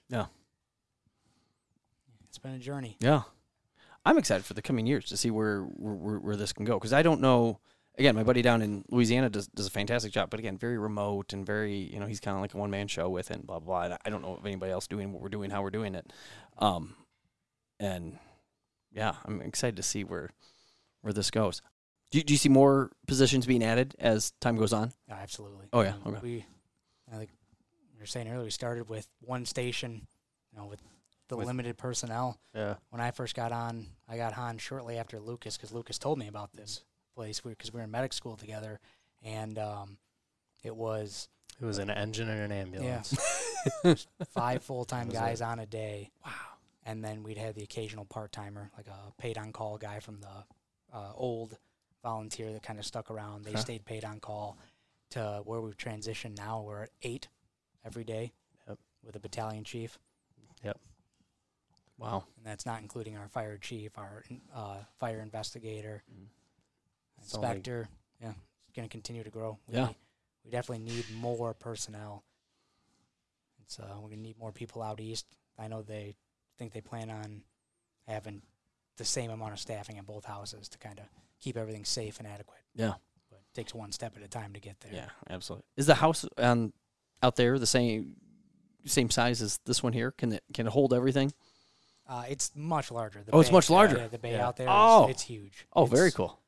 It's been a journey.
Yeah, I'm excited for the coming years to see where where, where- where this can go because I don't know. Again, my buddy down in Louisiana does, does a fantastic job, but again, very remote and very you know he's kind of like a one man show with and blah blah. blah. And I- I don't know if anybody else doing what we're doing, how we're doing it, um, and yeah, I'm excited to see where where this goes. Do you, do you see more positions being added as time goes on?
Yeah, absolutely.
Oh, yeah,
I mean,
okay.
We, I think we were saying earlier, we started with one station, you know, with the
With-
limited personnel.
Yeah.
When I first got on, I got on shortly after Lucas because Lucas told me about this place because we, were in medic school together, and um, it was
It was an engine and an ambulance.
five full time
That was
guys
it.
on a day.
Wow.
and then we'd have the occasional part timer, like a paid on call guy from the uh, old volunteer that kind of stuck around. They
Huh.
stayed paid on call to where we've transitioned now. We're at eight every day
Yep.
with a battalion chief,
Wow.
and that's not including our fire chief, our uh, fire investigator,
It's only-
inspector. Yeah, it's going to continue to grow. We,
Yeah.
we definitely need more personnel. It's uh, we're going to need more people out east. I know they think they plan on having the same amount of staffing in both houses to kind of keep everything safe and adequate.
Yeah.
but it takes one step at a time to get there.
Yeah, absolutely. Is the house um out there the same same size as this one here? Can it can it hold everything?
Uh, it's much larger. The
Oh, it's much
yeah,
larger.
yeah, the bay
Yeah.
out there.
Oh.
is, it's huge.
Oh,
It's-
very cool.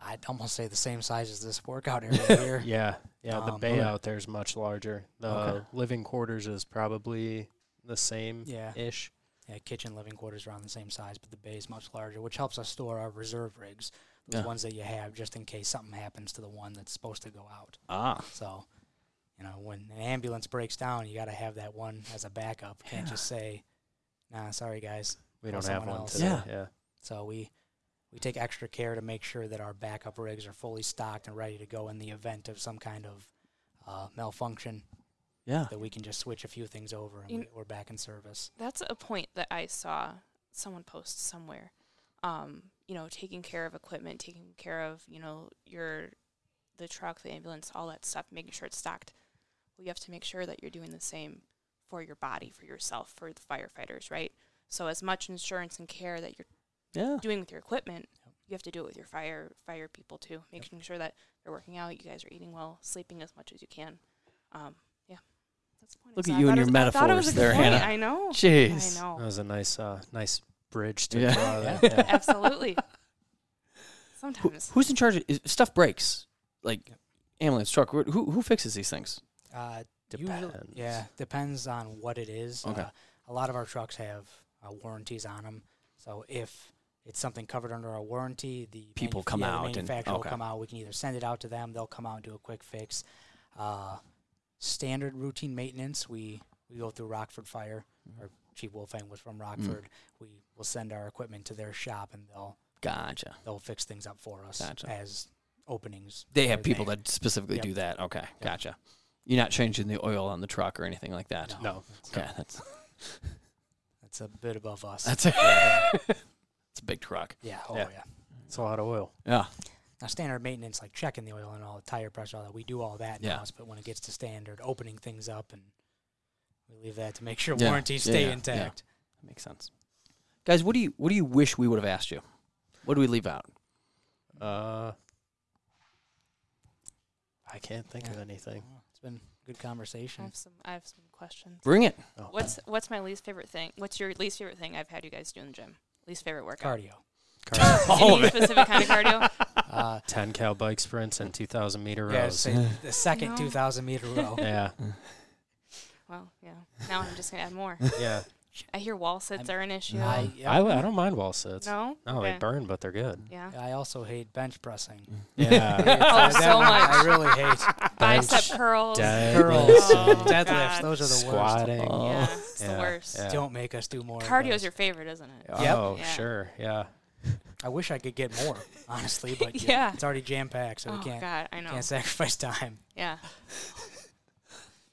I'd almost say the same size as this workout area here.
Yeah, yeah. the
Um,
bay
okay.
out there is much larger. The
Okay.
living quarters is probably the same
Yeah.
ish.
Yeah, kitchen living quarters are around the same size, but the bay is much larger, which helps us store our reserve rigs, those
Yeah.
ones that you have just in case something happens to the one that's supposed to go out.
Ah,
So, you know, when an ambulance breaks down, you got to have that one as a backup. Can't just say, "Nah, sorry guys."
We
Or
don't have
someone
one
else.
today.
Yeah.
Yeah.
So we we take extra care to make sure that our backup rigs are fully stocked and ready to go in the event of some kind of uh, malfunction.
yeah.
That we can just switch a few things over and
You-
we- we're back in service.
That's a point that I saw someone post somewhere. Um, you know, taking care of equipment, taking care of, you know, your the truck, the ambulance, all that stuff, making sure it's stocked. Well, you have to make sure that you're doing the same for your body, for yourself, for the firefighters, right? So as much insurance and care that you're
Yeah.
doing with your equipment,
Yep.
you have to do it with your fire fire people too, making sure that they're working out, you guys are eating well, sleeping as much as you can. Um, disappointing.
Look
So
at
I
you and
thought
your
it was- I thought it was
metaphors
a good
there,
point.
Hannah.
I know.
Jeez.
I know.
That was a nice, uh, nice bridge to
Yeah.
draw. That.
Yeah.
Yeah.
Absolutely.
Who,
Sometimes.
who's in charge? Of, is, stuff breaks, like ambulance truck. Who who fixes these things?
Uh, usually-
Depends.
yeah, depends on what it is.
Okay.
Uh, a lot of our trucks have uh, warranties on them, so if it's something covered under a warranty, the
People
manuf-
come
yeah, the
out and-
manufacturer
okay.
will come out. We can either send it out to them; they'll come out and do a quick fix. Uh, standard routine maintenance, we we go through Rockford Fire.
Mm-hmm.
Or Chief Wolfang was
Mm.
from Rockford. We will send our equipment to their shop, and they'll
Gotcha.
they'll fix things up for us
Gotcha.
as openings.
They
or
have people
they-
that specifically
Yep.
do that. Okay, gotcha. You're not changing the oil on the truck or anything like that.
No.
No.
Okay, that's
That's a bit above us.
that's a, it's a big truck.
yeah. Oh
Yeah.
yeah.
It's a lot of oil.
Yeah,
Now, standard maintenance, like checking the oil and all, tire pressure, all that, we do all that
Yeah.
now. But when it gets to standard, opening things up, and we leave that to make sure
Yeah,
warranties
yeah,
stay
yeah, yeah.
intact.
that makes sense. Guys, what do you what do you wish we would have asked you? What do we leave out?
Uh, I can't think of
Yeah.
anything.
Well, it's been a good
I
conversation.
have some. I have some questions.
Bring it.
Oh.
What's What's my least favorite thing? What's your least favorite thing I've had you guys do in the gym? Least favorite workout?
Cardio.
Car-
All of
Any
it.
specific kind of cardio?
Uh,
10 cal bike sprints and 2,000 meter
yeah,
rows.
say the second
No.
2,000 meter row.
Yeah.
Well, yeah. Now I'm just gonna add more.
Yeah.
I hear wall sits are an issue.
I,
I, li- I don't mind wall sits. No,
no.
they
Okay.
burn, but they're good.
Yeah.
I also hate bench pressing.
Yeah.
Uh, that
Oh, so
one I
much.
really hate
Bicep curls.
dead
curls,
Oh,
deadlifts.
God.
Those are the worst.
Squatting.
Oh.
Yeah, it's
Yeah,
the worst.
yeah.
Don't make us do more. of
Cardio is
those.
your favorite, isn't it?
Yep.
Oh,
Yeah.
sure. Yeah.
I wish I could get more, honestly, but yeah,
Yeah.
it's already jam packed, so
oh
we can't
God, I know.
can't sacrifice time.
Yeah.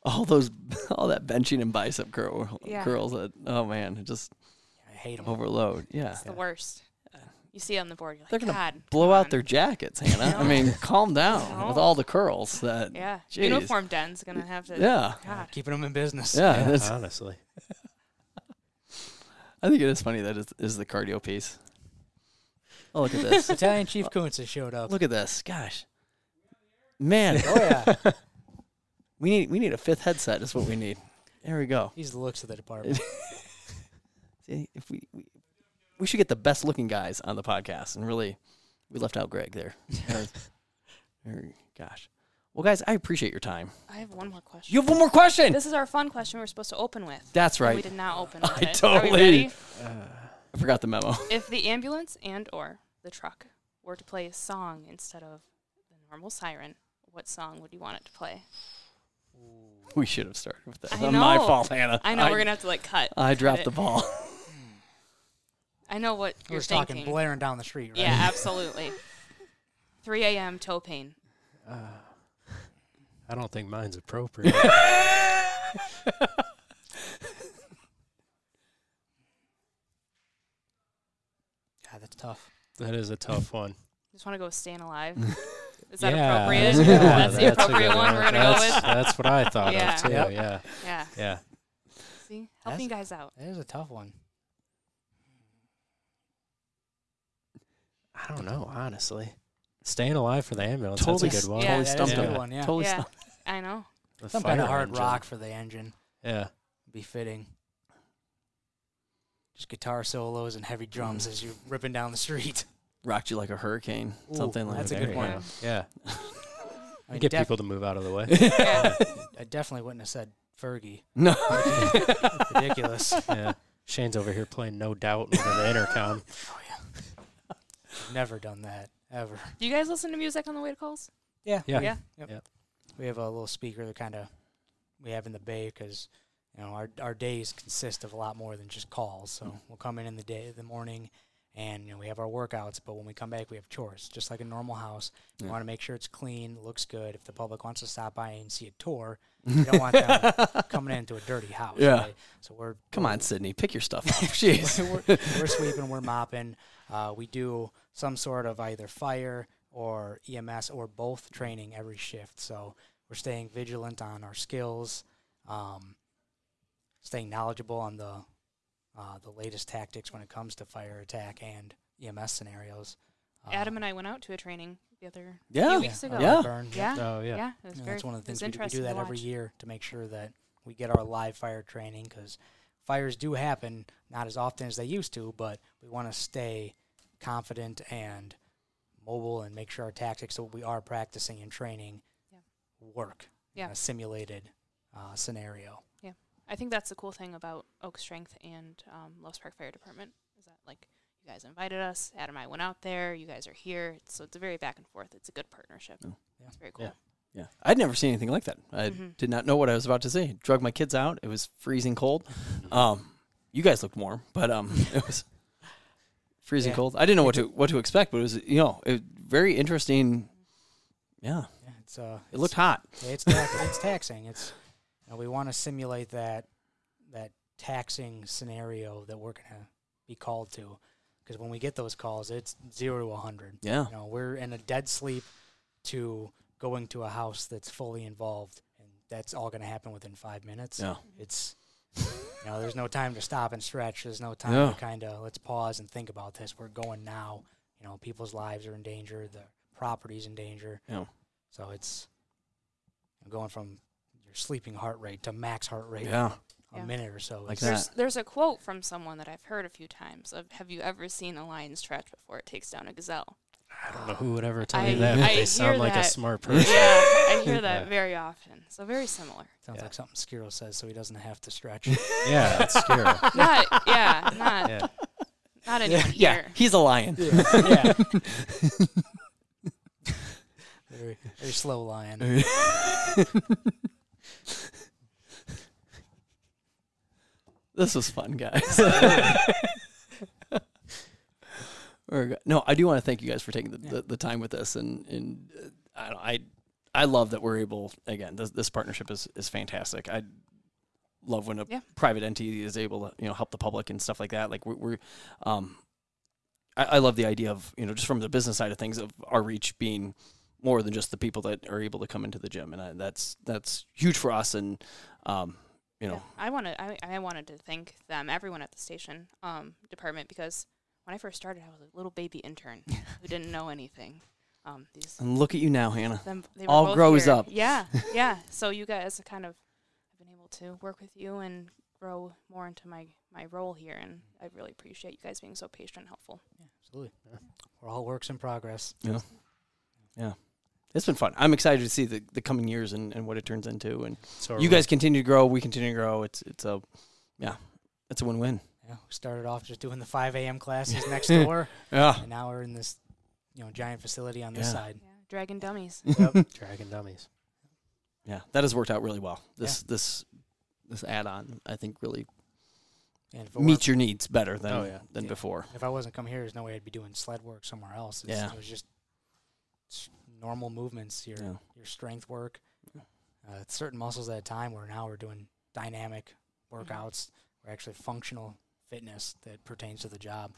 all those all that benching and bicep curl,
Yeah.
curls that oh man it just
I hate
Oh
them.
overload yeah
It's the worst. You see it on the board, you're like,
They're gonna
God,
blow
come
out
on."
their jackets hannah i
No.
mean calm down
No.
with all the curls that
yeah
Jeez.
uniform den's gonna have to.
yeah
God,
Keeping them in business.
yeah,
Yeah,
that's-
honestly.
i think it is funny that it is the cardio piece oh look at this
Italian Chief Koontz has showed up.
look at this gosh man
Oh yeah,
we need we need a fifth headset is what we need there we go
he's the looks of the department.
See, if we, we we should get the best looking guys on the podcast, and really, we left out Greg there. That was- er, Gosh, well, guys, I appreciate your time.
I have one more question.
You have one more question.
this is our fun question we were supposed to open with.
That's
and We
right.
did not open with
I
it. Are
totally-
we ready?
I forgot the memo.
If the ambulance and or the truck were to play a song instead of the normal siren, what song would you want it to play?
We should have started with that.
I
It's My
know.
fault, Hannah.
I know we're gonna have to like cut.
I dropped
it.
the ball.
I know what
We're
you're
just talking
thinking.
blaring down the street, right?
Yeah, absolutely. 3 a.m. toe pain.
I don't think mine's appropriate.
God, that's tough.
that is a tough one.
Just want to go with staying alive. Is that
yeah.
appropriate?
Yeah,
that's the
a
appropriate
good
one we're gonna
that's,
go with.
That's what I thought
Yeah.
of too.
Yep.
Yeah.
Yeah.
Yeah.
See, helping guys out.
That is a tough one.
I don't know, honestly. Staying alive for the ambulance.
Totally
That's
s-
a good one.
Yeah,
totally
that is
stumped
a good
him.
one. Yeah,
Totally
Yeah.
stumped.
I know.
The
some kind
fire
of hard
engine.
rock for the engine.
Yeah.
Be fitting. Just guitar solos and heavy drums as you're ripping down the street.
Rocked you like a hurricane.
Ooh,
Something like
that's a
that.
good
There you
one.
go. Yeah.
I mean,
Get
def-
people to move out of the way.
Yeah.
I definitely wouldn't have said Fergie.
No.
Ridiculous.
yeah. Shane's over here playing No Doubt over the intercom.
Never done that ever.
Do you guys listen to music on the way to calls?
Yeah.
Yeah.
Yeah.
We have a little speaker that kind of we have in the bay because you know our our days consist of a lot more than just calls. So
Mm-hmm.
we'll come in in the day, the morning, and you know we have our workouts. But when we come back, we have chores, just like a normal house. We
Yeah.
want to make sure it's clean, looks good. If the public wants to stop by and see a tour, you don't want them coming into a dirty house.
Yeah.
right? So we're
Come on, Sydney, pick your stuff up. Jeez.
we're, we're sweeping, we're mopping. Uh, we do some sort of either fire or EMS or both training every shift. So we're staying vigilant on our skills, um, staying knowledgeable on the uh, the latest tactics when it comes to fire attack and EMS scenarios. Uh,
Adam and I went out to a training the other
Yeah.
few weeks
uh,
ago.
Yeah.
burn,
Yeah.
Oh,
Yeah.
yeah.
It was
You know,
very
that's one of the
it was
things we do. We do
interesting to
that every
watch.
year to make sure that We get our live fire training because fires do happen, not as often as they used to, but we want to stay confident and mobile and make sure our tactics that we are practicing and training
Yeah.
work
Yeah.
in a simulated uh, scenario.
I think that's the cool thing about Oak Strength and um, Los Park Fire Department is that like you guys invited us, Adam and I went out there, you guys are here, so it's a very back and forth. It's a good partnership.
Yeah.
Yeah.
It's very cool.
Yeah.
Yeah, I'd never seen anything like that. I
Mhm.
did not know what I was about to say. Drug my kids out. It was freezing cold. Um, you guys looked warm, but um, it was freezing
Yeah.
cold. I didn't know what to what to expect, but it was you know it, very interesting. Yeah,
Yeah, it's uh,
it looked hot.
it's tax, it's taxing. It's you know, we want to simulate that that taxing scenario that we're gonna be called to because when we get those calls, it's zero to a hundred.
Yeah,
You know, we're in a dead sleep to going to a house that's fully involved, and that's all gonna happen within five minutes.
yeah,
It's you know, there's no time to stop and stretch. There's no time
Yeah.
to kind of let's pause and think about this. We're going now. You know, people's lives are in danger. The property's in danger.
Yeah.
So it's going from your sleeping heart rate to max heart rate
yeah.
a
Yeah.
minute or so.
Like
There's,
It's-
there's a quote from someone that I've heard a few times of Have you ever seen a lion stretch before it takes down a gazelle?
I don't know who would ever tell
I-
you
I
that. But they
hear
sound like a
that.
smart
yeah,
person.
I hear that
Yeah.
very often. So very similar.
Sounds
Yeah.
like something Skiro says, so he doesn't have to stretch.
yeah, that's scary.
Not yeah, not
Yeah.
not anyone
Yeah,
here.
he's a lion.
yeah. yeah. very, very slow lion.
This was fun, guys. We're go- no, I do want to thank you guys for taking the,
Yeah.
the, the time with us, and and uh, I don't- I I love that we're able again. This, this partnership is is fantastic. I love when a
Yeah.
private entity is able to you know help the public and stuff like that. Like we're, we're um, I, I love the idea of you know just from the business side of things of our reach being more than just the people that are able to come into the gym, and I, that's that's huge for us. And um, you know,
Yeah, I want to. I, I wanted to thank them, everyone at the station um, department, because when I first started, I was a little baby intern who didn't know anything. Um, these
and look at you now, Hannah.
them, they
all
were both
grows
here.
up.
Yeah, yeah. So you guys kind of have been able to work with you and grow more into my my role here, and I really appreciate you guys being so patient and helpful.
Yeah, absolutely. We're all works in progress.
it's been fun. I'm excited to see the, the coming years and, and what it turns into. And
So are
you
we.
guys continue to grow. We continue to grow. It's it's a yeah, it's a win win.
Yeah, we started off just doing the 5 a.m. classes next door,
Yeah.
and now we're in this, you know, giant facility on this
Yeah.
side.
Yeah, Dragon Dummies.
Yep, Dragon Dummies.
Yeah, that has worked out really well. This this this add on I think really
And if it,
meets your needs better than
Oh, yeah.
than
Yeah.
before.
weren't- if I wasn't come here, there's no way I'd be doing sled work somewhere else. It's,
Yeah.
It was just s- normal movements, your
Yeah.
your strength work, uh, certain muscles at a time. Where now we're doing dynamic
Mhm.
workouts, we're actually functional fitness that pertains to the job.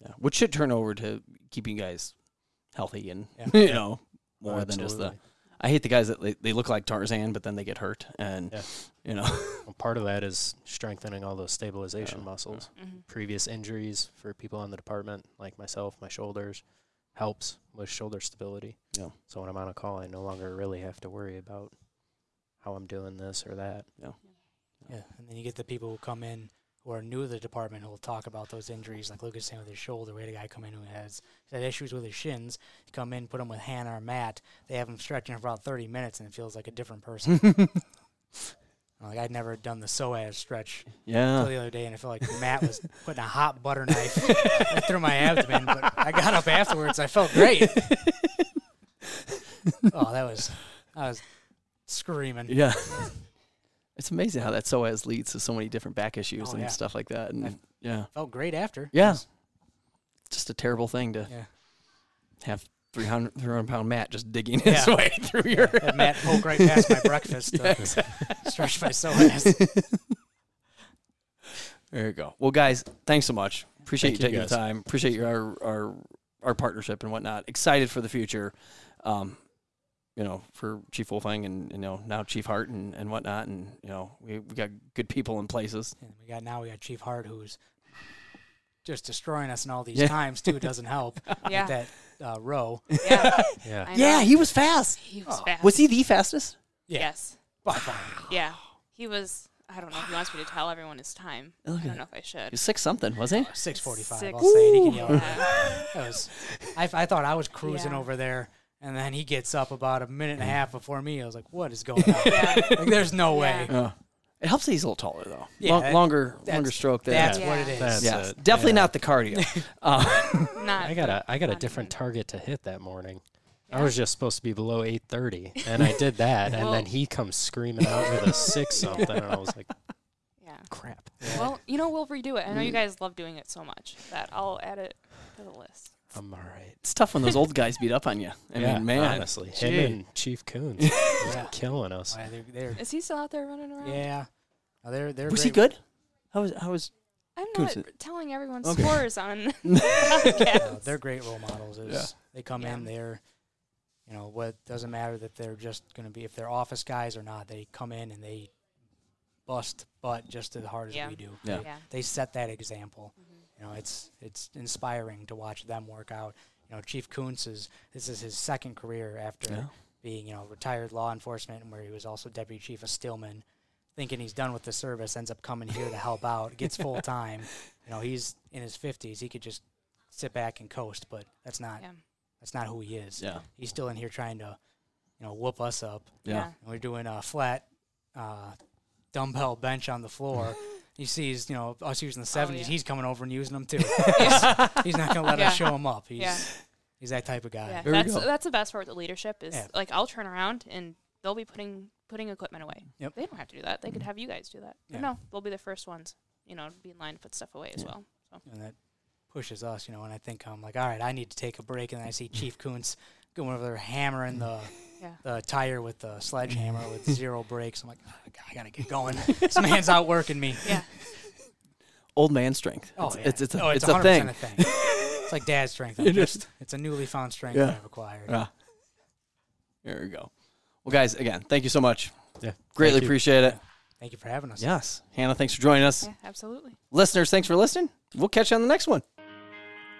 Yeah. Which should turn over to keeping you guys healthy and
Yeah.
you know more than just the.
Absolutely.
I hate the guys that they, they look like Tarzan, but then they get hurt and
Yeah.
you know
Well, part of that is strengthening all those stabilization
Yeah.
muscles.
hmm
Previous injuries for people in the department, like myself, my shoulders, helps with shoulder stability.
Yeah.
So when I'm on a call, I no longer really have to worry about how I'm doing this or that.
Yeah, and then you get the people who come in who are new to the department who will talk about those injuries, like Lucas saying with his shoulder. We had a guy come in who has he's had issues with his shins. You come in, put him with Hannah or Matt. They have him stretching for about thirty minutes, and it feels like a different person. like I'd never done the psoas stretch until
yeah.
the other day, and I felt like Matt was putting a hot butter knife through my abdomen. But I got up afterwards. I felt great. oh, that was I was screaming.
Yeah. It's amazing how that psoas leads to so many different back issues
Oh,
and
yeah.
stuff like that. And
I've-
yeah,
Felt great after.
Yeah.
'cause-
just a terrible thing to
Yeah.
have 300, 300 pound Matt just digging his
Yeah.
way through your.
Had Matt poke right past my breakfast to stretch my psoas.
There you go. Well, guys, thanks so much. Appreciate
Thank
you
you,
taking the
guys.
time. Appreciate your, our, our our partnership and whatnot. Excited for the future. Um, you know, for Chief Wolfang and you know now Chief Hart and, and whatnot, and you know we we got good people in places.
And we got now we got Chief Hart who's just destroying us in all these
Yeah.
times too. Doesn't help
Yeah,
that uh, row.
yeah,
Yeah.
I know.
Yeah, he oh, was fast.
He was fast.
Was he the fastest?
Yeah.
Yes.
By far.
Yeah. He was. I don't know if he wants me to tell everyone his time. I
Look at
don't
it.
know if I should.
He's six something, was he?
Six forty-five.
Six-
I'll say it. He can yell at me.
Yeah.
That was, I, I thought I was cruising
Yeah.
over there, and then he gets up about a minute and
Mm.
a half before me. I was like, "What is going on?
Yeah.
like, there's no way."
Yeah. It helps that he's a little taller though.
Yeah,
Long-
that-
longer,
that's-
longer stroke there.
That's
Yeah.
what it is.
That's
yes,
it.
definitely
Yeah.
not the cardio. uh,
Not.
I got a I got a
on
different
him.
target to hit that morning. I
Yeah.
was just supposed to be below 8:30, and I did that, and
Well-
then he comes screaming out with a six something, and I was like,
Yeah.
"Crap!"
Well, you know we'll redo it. I know you guys love doing it so much that I'll add it to the list.
I'm all right.
it's tough when those old guys beat up on you. I
yeah,
mean, man,
honestly,
gee.
him and Chief Coons was
Yeah.
killing us.
Why, they're- they're-
Is he still out there running around?
yeah. No, they're, they're
was he
great.
good? How was? How was?
I'm
Coons
not
is-
telling everyone
Okay.
scores on.
No, Uh, they're great role models. Is
Yeah.
They come
Yeah.
in, they're, you know, what doesn't matter that they're just going to be, if they're office guys or not, they come in and they bust butt just as hard as
Yeah.
we do.
Yeah.
Yeah. Mm-hmm.
They set that example. You know, it's it's inspiring to watch them work out. You know, Chief Kuntz is this is his second career after
Yeah.
being you know retired law enforcement, and where he was also deputy chief of Stillman. Thinking he's done with the service, ends up coming here to help out, gets full time. You know, he's in his fifties; he could just sit back and coast, but that's not
Yeah.
that's not who he is.
Yeah,
He's still in here trying to, you know, whoop us up.
yeah.
And we're doing a flat uh, dumbbell bench on the floor. he sees, you know, us using the 70s.
Oh, yeah.
He's coming over and using them too. he's, he's not going to let
Yeah.
us show him up. He's,
Yeah.
he's that type of guy.
Yeah,
There we
that's
go.
that's the best part of the leadership is
Yeah.
like I'll turn around and they'll be putting putting equipment away.
Yep.
They don't have to do that. They could have you guys do that. But
Yeah.
No, they'll be the first ones, you know, to be in line to put stuff away as
Yeah.
well.
And that pushes us, you know, and I think I'm like, all right, I need to take a break. And then I see Chief Koontz going over there hammering the.
Yeah.
The tire with the sledgehammer with zero brakes. I'm like, "Ah, I gotta get going. this man's outworking me.
Yeah.
Old man strength.
Oh,
it's,
yeah.
it's, it's a,
Oh,
it's, a
100%
thing.
It's like dad's strength.
It
I'm just-
is.
It's a newly found strength
Yeah.
I've acquired.
Yeah. There we go. Well, guys, again, thank you so much.
Yeah,
Greatly
Thank you.
appreciate it.
Thank you for having us.
Yes, Hannah, thanks for joining us.
Yeah, absolutely.
Listeners, thanks for listening. We'll catch you on the next one.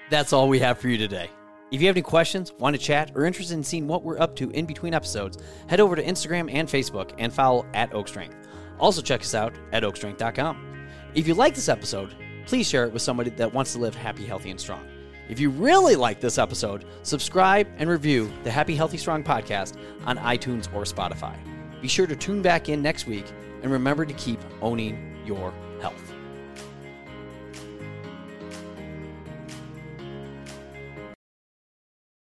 That's all we have for you today. If you have any questions, want to chat, or interested in seeing what we're up to in between episodes, head over to Instagram and Facebook and follow at Oak Strength. Also, check us out at oakstrength.com. If you like this episode, please share it with somebody that wants to live happy, healthy, and strong. If you really like this episode, subscribe and review the Happy, Healthy, Strong podcast on iTunes or Spotify. Be sure to tune back in next week and remember to keep owning your health.